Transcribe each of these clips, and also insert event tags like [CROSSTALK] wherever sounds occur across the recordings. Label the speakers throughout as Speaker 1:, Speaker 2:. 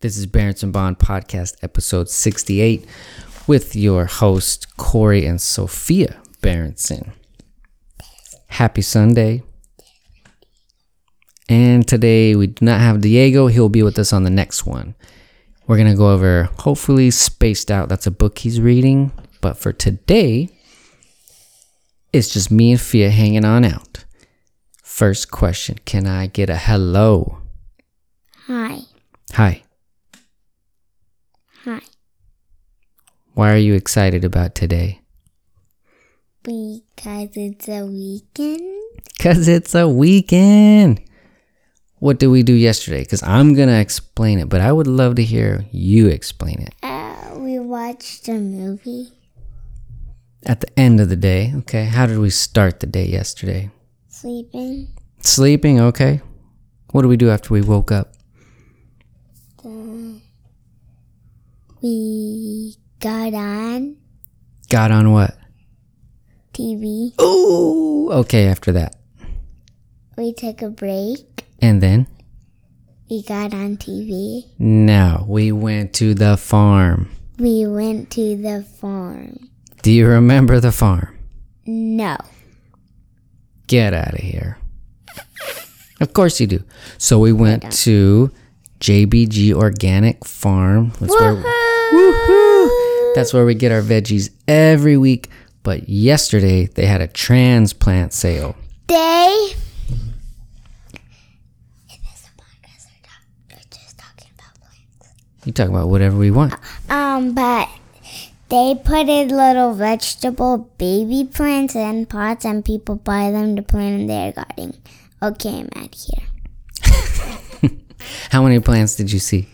Speaker 1: This is Barents and Bond Podcast, episode 68, with your host, Corey and Sophia Berenson. Happy Sunday. And today we do not have Diego. He'll be with us on the next one. We're going to go over, hopefully, Spaced Out. That's a book he's reading. But for today, it's just me and Fia hanging on out. First question Can I get a hello?
Speaker 2: Hi.
Speaker 1: Hi.
Speaker 2: Hi.
Speaker 1: Why are you excited about today?
Speaker 2: Because it's a weekend.
Speaker 1: Because it's a weekend. What did we do yesterday? Because I'm going to explain it, but I would love to hear you explain it.
Speaker 2: Uh, we watched a movie.
Speaker 1: At the end of the day, okay, how did we start the day yesterday?
Speaker 2: Sleeping.
Speaker 1: Sleeping, okay. What did we do after we woke up?
Speaker 2: The... We got on
Speaker 1: Got on what?
Speaker 2: TV.
Speaker 1: Ooh, okay, after that.
Speaker 2: We took a break.
Speaker 1: And then?
Speaker 2: We got on TV.
Speaker 1: No, we went to the farm.
Speaker 2: We went to the farm.
Speaker 1: Do you remember the farm?
Speaker 2: No.
Speaker 1: Get out of here. Of course you do. So we went to JBG Organic Farm. That's where, Woohoo! That's where we get our veggies every week. But yesterday they had a transplant sale.
Speaker 2: They. If it's a podcast, we're, talk- we're just talking about plants.
Speaker 1: You talk about whatever we want.
Speaker 2: Um, but they put in little vegetable baby plants in pots, and people buy them to plant in their garden. Okay, I'm out here.
Speaker 1: How many plants did you see?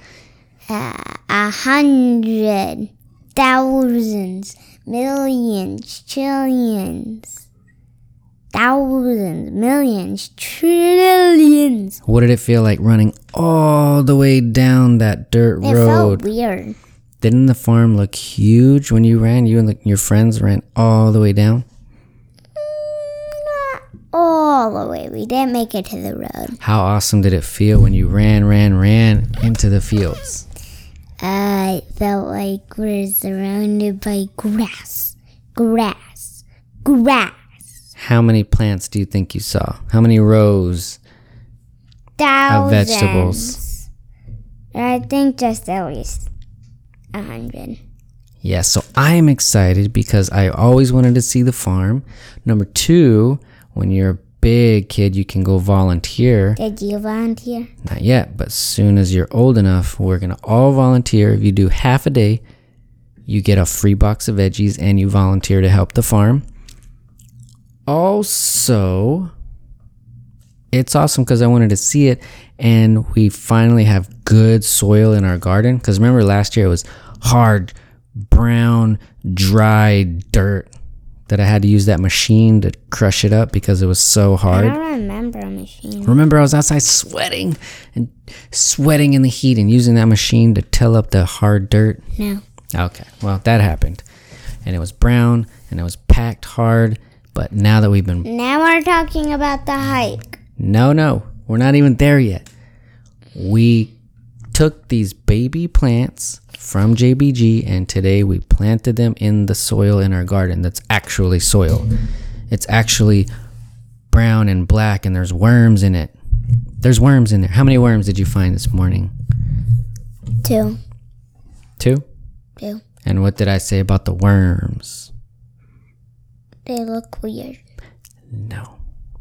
Speaker 2: Uh, a hundred, thousands, millions, trillions, thousands, millions, trillions.
Speaker 1: What did it feel like running all the way down that dirt
Speaker 2: It
Speaker 1: road?
Speaker 2: felt weird.
Speaker 1: Didn't the farm look huge when you ran? You and the, your friends ran all the way down?
Speaker 2: Not all the way. We didn't make it to the road.
Speaker 1: How awesome did it feel when you ran, ran, ran into the fields?
Speaker 2: Uh, it felt like we're surrounded by grass, grass, grass.
Speaker 1: How many plants do you think you saw? How many rows?
Speaker 2: Thousands.
Speaker 1: vegetables.
Speaker 2: I think just at least a hundred.
Speaker 1: Yes, so I am excited because I always wanted to see the farm. Number two, when you're a big kid, you can go volunteer.
Speaker 2: Did you volunteer?
Speaker 1: Not yet, but soon as you're old enough, we're going to all volunteer. If you do half a day, you get a free box of veggies and you volunteer to help the farm. Also, it's awesome because I wanted to see it and we finally have good soil in our garden. Because remember last year it was hard, brown, dry dirt that I had to use that machine to crush it up because it was so
Speaker 2: I
Speaker 1: hard.
Speaker 2: don't remember a machine.
Speaker 1: Remember, I was outside sweating and sweating in the heat and using that machine to till up the hard dirt.
Speaker 2: No.
Speaker 1: Okay, well, that happened. And it was brown and it was packed hard. But now that we've been.
Speaker 2: Now we're talking about the hike.
Speaker 1: No, no, we're not even there yet. We took these baby plants from JBG and today we planted them in the soil in our garden that's actually soil. It's actually brown and black and there's worms in it. There's worms in there. How many worms did you find this morning?
Speaker 2: Two.
Speaker 1: Two?
Speaker 2: Two.
Speaker 1: And what did I say about the worms?
Speaker 2: They look weird.
Speaker 1: No.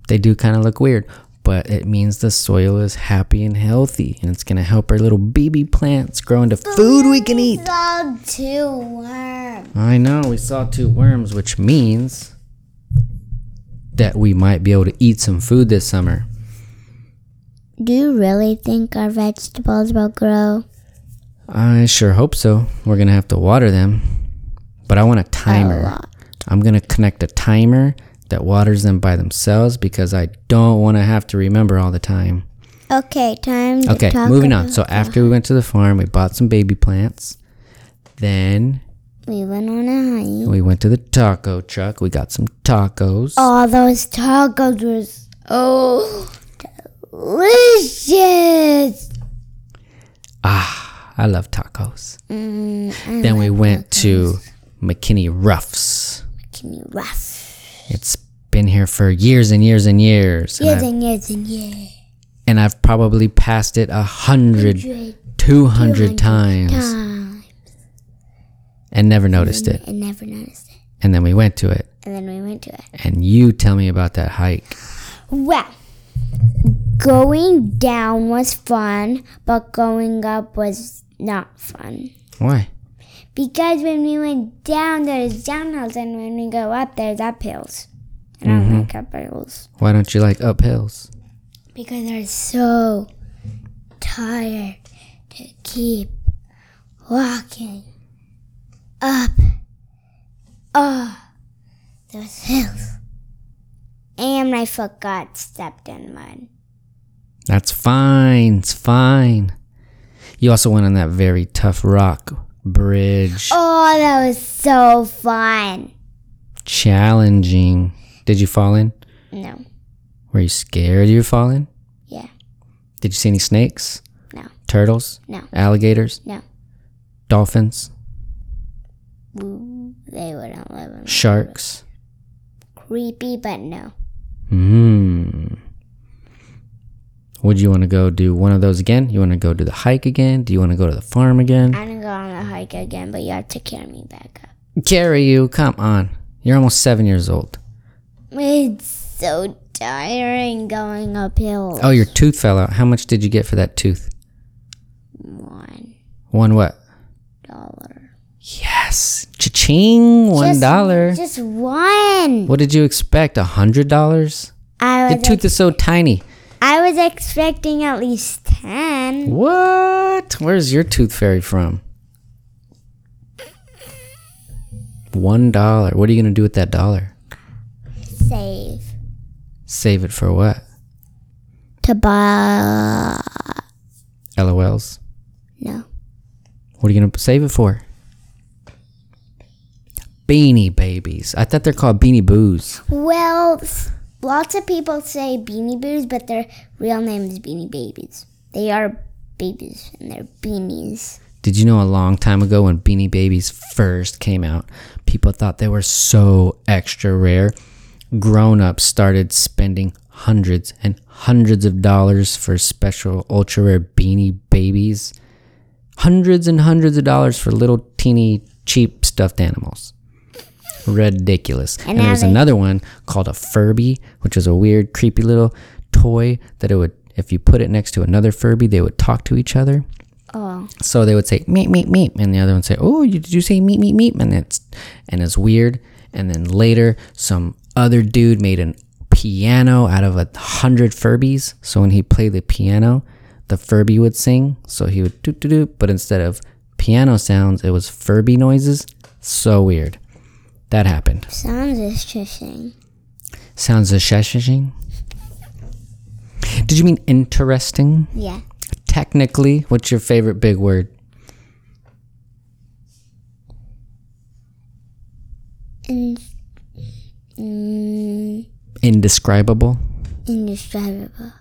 Speaker 1: They do kind of look weird, but it means the soil is happy and healthy and it's going to help our little baby plants grow into food we can eat.
Speaker 2: Saw two worms.
Speaker 1: I know, we saw two worms, which means that we might be able to eat some food this summer.
Speaker 2: Do you really think our vegetables will grow?
Speaker 1: I sure hope so. We're going to have to water them. But I want a timer.
Speaker 2: lot.
Speaker 1: I'm going to connect a timer that waters them by themselves because I don't want to have to remember all the time.
Speaker 2: Okay, time to
Speaker 1: Okay,
Speaker 2: talk
Speaker 1: moving
Speaker 2: about-
Speaker 1: on. So after we went to the farm, we bought some baby plants. Then
Speaker 2: We went on a hike.
Speaker 1: we went to the taco truck. We got some tacos.
Speaker 2: All those tacos were so delicious.
Speaker 1: I love tacos. then we went to McKinney Ruffs.
Speaker 2: Can you rough?
Speaker 1: It's been here for years and years and years. And,
Speaker 2: Years
Speaker 1: I've,
Speaker 2: and years and years.
Speaker 1: and I've probably passed it a hundred,
Speaker 2: Good
Speaker 1: two hundred times
Speaker 2: time.
Speaker 1: and never noticed it.
Speaker 2: I never noticed it.
Speaker 1: And then we went to it.
Speaker 2: And then we went to it.
Speaker 1: And you tell me about that hike.
Speaker 2: Well, going down was fun, but going up was not fun.
Speaker 1: Why?
Speaker 2: Because when we went down, there's downhills, and when we go up, there's uphills. And I don't like uphills.
Speaker 1: Why don't you like uphills?
Speaker 2: Because they're so tired to keep walking up all those hills. And my foot got stepped in mud.
Speaker 1: That's fine. It's fine. You also went on that very tough rock bridge.
Speaker 2: Oh, that was so fun.
Speaker 1: Challenging. Did you fall in?
Speaker 2: No,
Speaker 1: Were you scared you were falling?
Speaker 2: yeah,
Speaker 1: Did you see any snakes?
Speaker 2: No.
Speaker 1: Turtles?
Speaker 2: No.
Speaker 1: Alligators?
Speaker 2: No.
Speaker 1: Dolphins?
Speaker 2: Ooh, they wouldn't live in
Speaker 1: Sharks?
Speaker 2: creepy, but no.
Speaker 1: Hmm. Would you want to go do one of those again? You want to go do the hike again? Do you want to go to the farm again?
Speaker 2: I'm gonna go on the hike again, but you have to carry me back up.
Speaker 1: Carry you, come on. You're almost seven years old.
Speaker 2: It's so tiring going uphill.
Speaker 1: Oh, your tooth fell out. How much did you get for that tooth?
Speaker 2: One
Speaker 1: One what?
Speaker 2: dollar.
Speaker 1: Yes. Cha-ching. One
Speaker 2: Just-
Speaker 1: dollar.
Speaker 2: Just one.
Speaker 1: What did you expect? A hundred dollars?
Speaker 2: I
Speaker 1: The
Speaker 2: was,
Speaker 1: tooth is so tiny.
Speaker 2: I was expecting at least ten.
Speaker 1: What? Where's your tooth fairy from? One dollar. What are you gonna do with that dollar?
Speaker 2: Save
Speaker 1: Save it for what?
Speaker 2: to buy.
Speaker 1: LOLs.
Speaker 2: No.
Speaker 1: What are you gonna save it for? Beanie babies. I thought they're called beanie boos.
Speaker 2: Well, s- lots of people say Beanie Boos, but their real name is Beanie Babies. They are babies and they're beanies.
Speaker 1: Did you know a long time ago when beanie babies first came out, people thought they were so extra rare. Grown ups started spending hundreds and hundreds of dollars for special ultra rare beanie babies. Hundreds and hundreds of dollars for little teeny cheap stuffed animals. Ridiculous. And,
Speaker 2: now
Speaker 1: there was
Speaker 2: they-
Speaker 1: another one called a Furby, which was a weird, creepy little toy that it would, if you put it next to another Furby, they would talk to each other.
Speaker 2: Oh,
Speaker 1: So they would say meep meep meep, and the other one say, "Oh, you, did you say meep meep meep?" And it's and it's weird. And then later, some other dude made an piano out of a hundred Furbies. So when he played the piano, the Furby would sing. So he would doo doo doo, but instead of piano sounds, it was Furby noises. So weird. That happened.
Speaker 2: sounds interesting.
Speaker 1: Sounds interesting. Did you mean interesting?
Speaker 2: Yeah.
Speaker 1: Technically, what's your favorite big word?
Speaker 2: And mm,
Speaker 1: Indescribable.
Speaker 2: indescribable.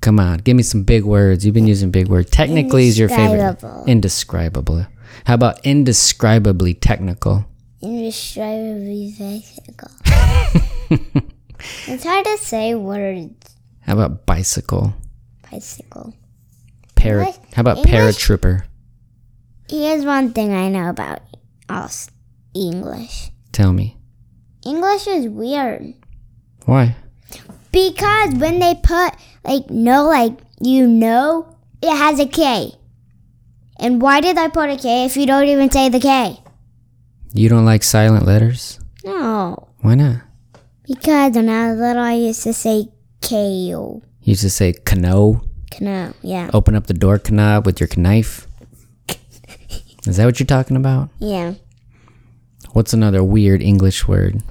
Speaker 1: Come on, give me some big words. You've been using big words. Technically is your favorite.
Speaker 2: Indescribable.
Speaker 1: Indescribable. How about indescribably technical?
Speaker 2: Indescribably bicycle. it's hard to say words.
Speaker 1: How about bicycle?
Speaker 2: Bicycle.
Speaker 1: Para-
Speaker 2: What?
Speaker 1: How about
Speaker 2: English?
Speaker 1: paratrooper?
Speaker 2: Here's one thing I know about us English.
Speaker 1: Tell me.
Speaker 2: English is weird.
Speaker 1: Why?
Speaker 2: Because when they put like no, like you know, it has a K. And why did I put a K if you don't even say the K?
Speaker 1: You don't like silent letters?
Speaker 2: No,
Speaker 1: Why not?
Speaker 2: because when I was little, I used to say K-O.
Speaker 1: You just say cano.
Speaker 2: No, yeah,
Speaker 1: Open up the door knob with your knife. Is that what you're talking about?
Speaker 2: yeah.
Speaker 1: What's another weird English word?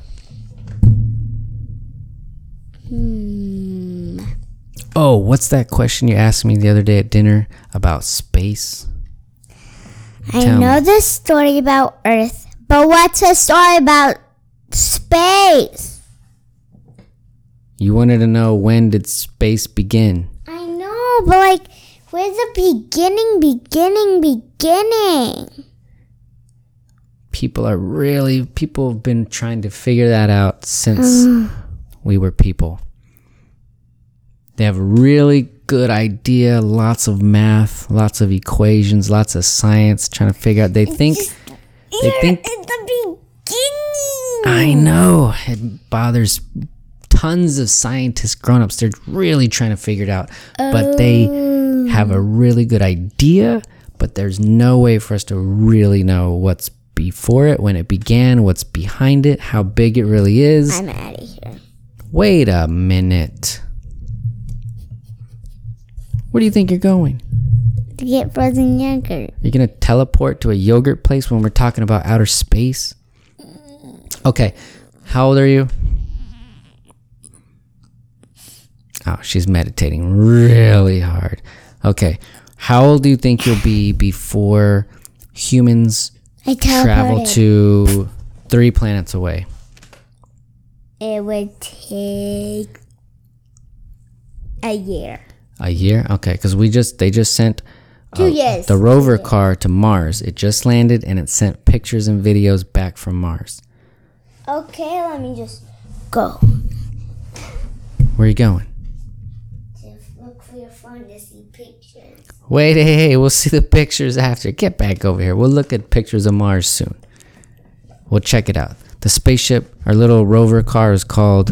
Speaker 2: Hmm.
Speaker 1: Oh, what's that question you asked me the other day at dinner about space?
Speaker 2: I
Speaker 1: Tell me.
Speaker 2: know this story about Earth, but what's a story about space?
Speaker 1: You wanted to know when did space begin?
Speaker 2: I know, but like, Where's the beginning, beginning, beginning?
Speaker 1: People are really, people have been trying to figure that out since we were people. They have a really good idea, lots of math, lots of equations, lots of science, trying to figure out. They think, they think
Speaker 2: It's the beginning.
Speaker 1: I know. It bothers tons of scientists, grown ups. They're really trying to figure it out. But they have a really good idea, but there's no way for us to really know what's before it, when it began, what's behind it, how big it really is.
Speaker 2: I'm out of here.
Speaker 1: Wait a minute. Where do you think you're going?
Speaker 2: To get frozen yogurt.
Speaker 1: You're gonna teleport to a yogurt place when we're talking about outer space? Okay, how old are you? Oh, she's meditating really hard. Okay, how old do you think you'll be before humans
Speaker 2: I
Speaker 1: travel
Speaker 2: teleported.
Speaker 1: to three planets away?
Speaker 2: It would take a year.
Speaker 1: A year? Okay, because we just they just sent
Speaker 2: Two years.
Speaker 1: Oh, the rover car to Mars. It just landed and it sent pictures and videos back from Mars.
Speaker 2: okay, let me just go.
Speaker 1: Where are you going?
Speaker 2: Look for your phone to see pictures.
Speaker 1: Wait, hey, hey, we'll see the pictures after. Get back over here. We'll look at pictures of Mars soon. We'll check it out. The spaceship, our little rover car, is called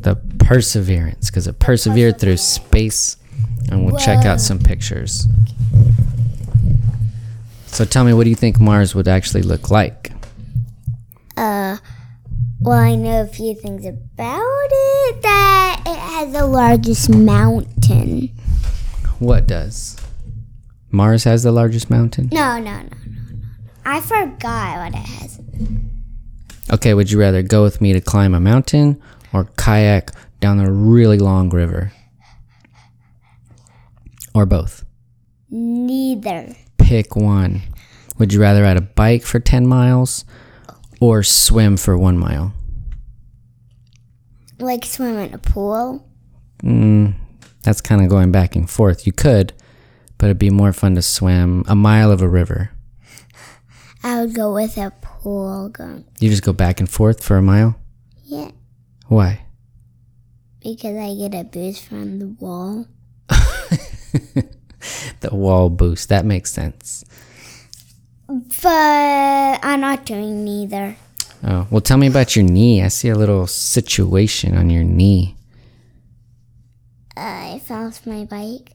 Speaker 1: the Perseverance because it persevered through space. And we'll check out some pictures. So tell me, what do you think Mars would actually look like?
Speaker 2: Uh, well, I know a few things about it. That it has the largest mountain.
Speaker 1: What does? Mars has the largest mountain?
Speaker 2: No, no, no, no, no. I forgot what it has.
Speaker 1: Okay, would you rather go with me to climb a mountain or kayak down a really long river? Or both?
Speaker 2: Neither.
Speaker 1: Pick one. Would you rather ride a bike for 10 miles or swim for one mile?
Speaker 2: Like swim in a pool.
Speaker 1: Hmm, That's kind of going back and forth. You could, but it'd be more fun to swim a mile of a river.
Speaker 2: I would go with a pool gun.
Speaker 1: You just go back and forth for a mile?
Speaker 2: Yeah,
Speaker 1: Why?
Speaker 2: because I get a boost from the wall.
Speaker 1: The wall boost. That makes sense.
Speaker 2: But I'm not doing neither.
Speaker 1: Oh, well, tell me about your knee. I see a little situation on your knee.
Speaker 2: Uh, I fell off my bike.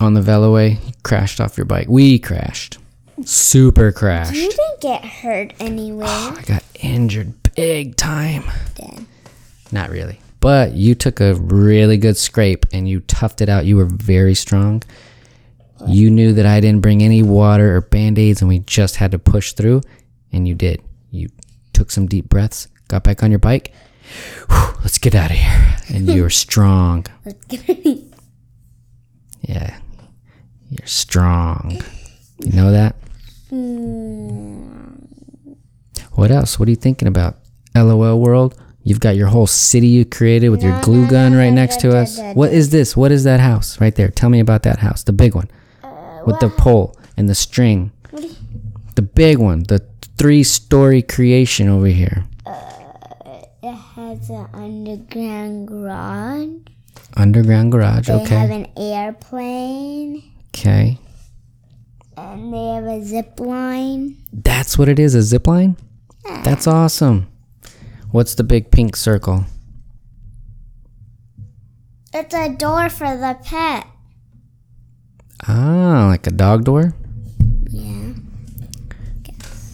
Speaker 1: on the Veloway, you crashed off your bike. We crashed. Super crashed.
Speaker 2: You didn't get hurt anywhere.
Speaker 1: I got injured big time.
Speaker 2: then.
Speaker 1: Not really. But you took a really good scrape and you toughed it out. You were very strong. You knew that I didn't bring any water or band aids and we just had to push through. And you did. You took some deep breaths, got back on your bike. Whew, let's get out of here. And you were strong.
Speaker 2: Let's get
Speaker 1: Yeah. You're strong. You know that? What else? What are you thinking about? LOL world? You've got your whole city you created with your glue gun right next to us. What is this? What is that house right there? Tell me about that house, the big one with the pole and the string. The big one, the three story creation over here.
Speaker 2: It has an underground garage.
Speaker 1: Underground garage.
Speaker 2: They have
Speaker 1: Okay.
Speaker 2: an airplane.
Speaker 1: Okay.
Speaker 2: And they have a zip line.
Speaker 1: That's what it is a zip line? That's awesome. What's the big pink circle?
Speaker 2: It's a door for the pet.
Speaker 1: Ah, like a dog door?
Speaker 2: Yeah.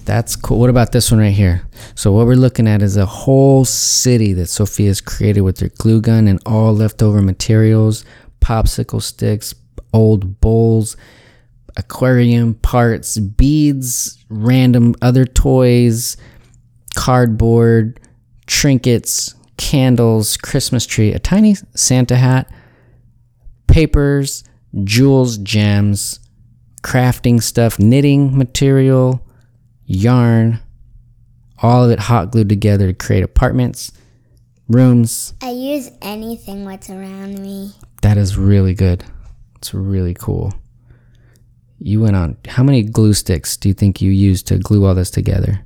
Speaker 1: That's cool. What about this one right here? So what we're looking at is a whole city that Sophia's created with her glue gun and all leftover materials, popsicle sticks, old bowls, aquarium parts, beads, random other toys, cardboard, trinkets, candles, Christmas tree, a tiny Santa hat, papers, jewels, gems, crafting stuff, knitting material, yarn, all of it hot glued together to create apartments, rooms.
Speaker 2: I use anything what's around me.
Speaker 1: That is really good. It's really cool. You went on. How many glue sticks do you think you used to glue all this together?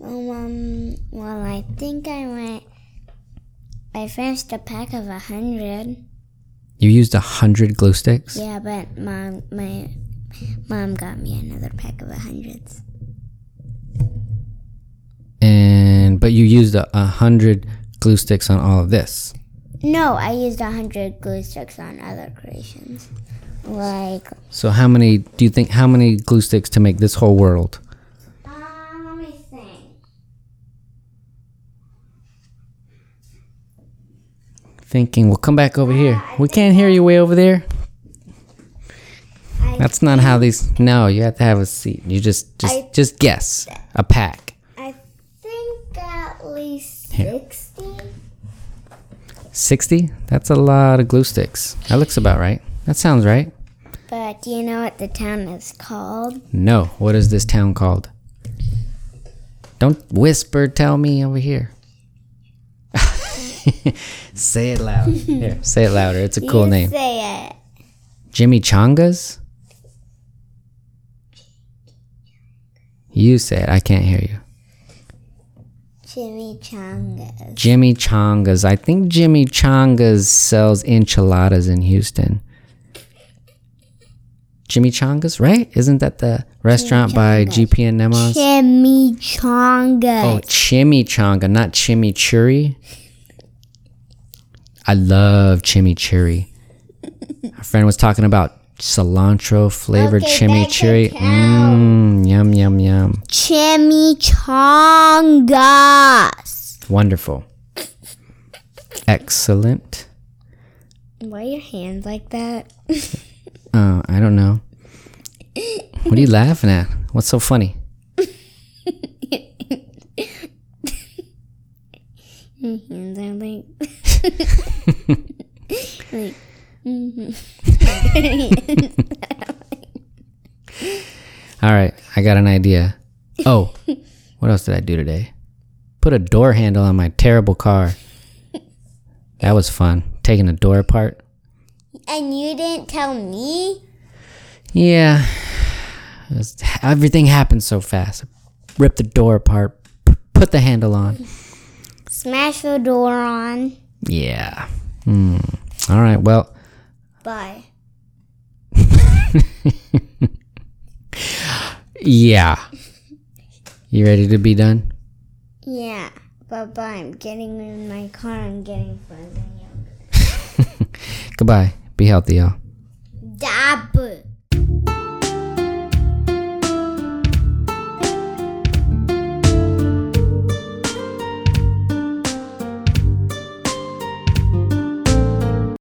Speaker 2: Um, um, well, I think I went. I finished a pack of a hundred.
Speaker 1: You used a hundred glue sticks.
Speaker 2: Yeah, but mom, my mom got me another pack of a hundreds.
Speaker 1: And but you used a, a hundred glue sticks on all of this.
Speaker 2: No, I used a hundred glue sticks on other creations, like
Speaker 1: So how many do you think? How many glue sticks to make this whole world?
Speaker 2: Um, let me think.
Speaker 1: Thinking. Well, come back over here. We can't hear you way over there.
Speaker 2: I-
Speaker 1: That's not how these. No, you have to have a seat. You just just
Speaker 2: I-
Speaker 1: just guess a pack.
Speaker 2: I think at least
Speaker 1: Here.
Speaker 2: sixty.
Speaker 1: 60? That's a lot of glue sticks. That looks about right. That sounds right.
Speaker 2: But do you know what the town is called?
Speaker 1: No. What is this town called? Don't whisper, tell me over here. [LAUGHS] say it loud. Here, say it louder. It's a cool
Speaker 2: you
Speaker 1: name.
Speaker 2: Say it.
Speaker 1: Jimmy Changas? You say it. I can't hear you.
Speaker 2: Chimichangas.
Speaker 1: Jimmy Changas. I think Jimmy Changas sells enchiladas in Houston. Jimmy Changas, right? Isn't that the restaurant by GP and Nemos? oh,
Speaker 2: Chimichangas.
Speaker 1: chimichanga, not chimichurri. I love chimichurri. Our friend was talking about cilantro flavored
Speaker 2: Okay, back to
Speaker 1: chimichurri.
Speaker 2: town.
Speaker 1: Mmm, yum, yum, yum.
Speaker 2: Chimichangas.
Speaker 1: Wonderful. Excellent.
Speaker 2: Why your hands like that? [LAUGHS]
Speaker 1: Uh, I don't know. What are you laughing at? What's so funny?
Speaker 2: Your hands are like. [LAUGHS] like.
Speaker 1: All right, I got an idea. Oh, what else did I do today? Put a door handle on my terrible car. That was fun. Taking a door apart.
Speaker 2: And you didn't tell me?
Speaker 1: Yeah. It was- everything happened so fast. Ripped the door apart, p- put the handle on.
Speaker 2: Smash the door on.
Speaker 1: Yeah. Hmm. All right, well,
Speaker 2: Bye.
Speaker 1: yeah. You ready to be done?
Speaker 2: Yeah. Bye bye. I'm getting in my car. I'm getting frozen.
Speaker 1: Goodbye. Be healthy, y'all.
Speaker 2: Dabu.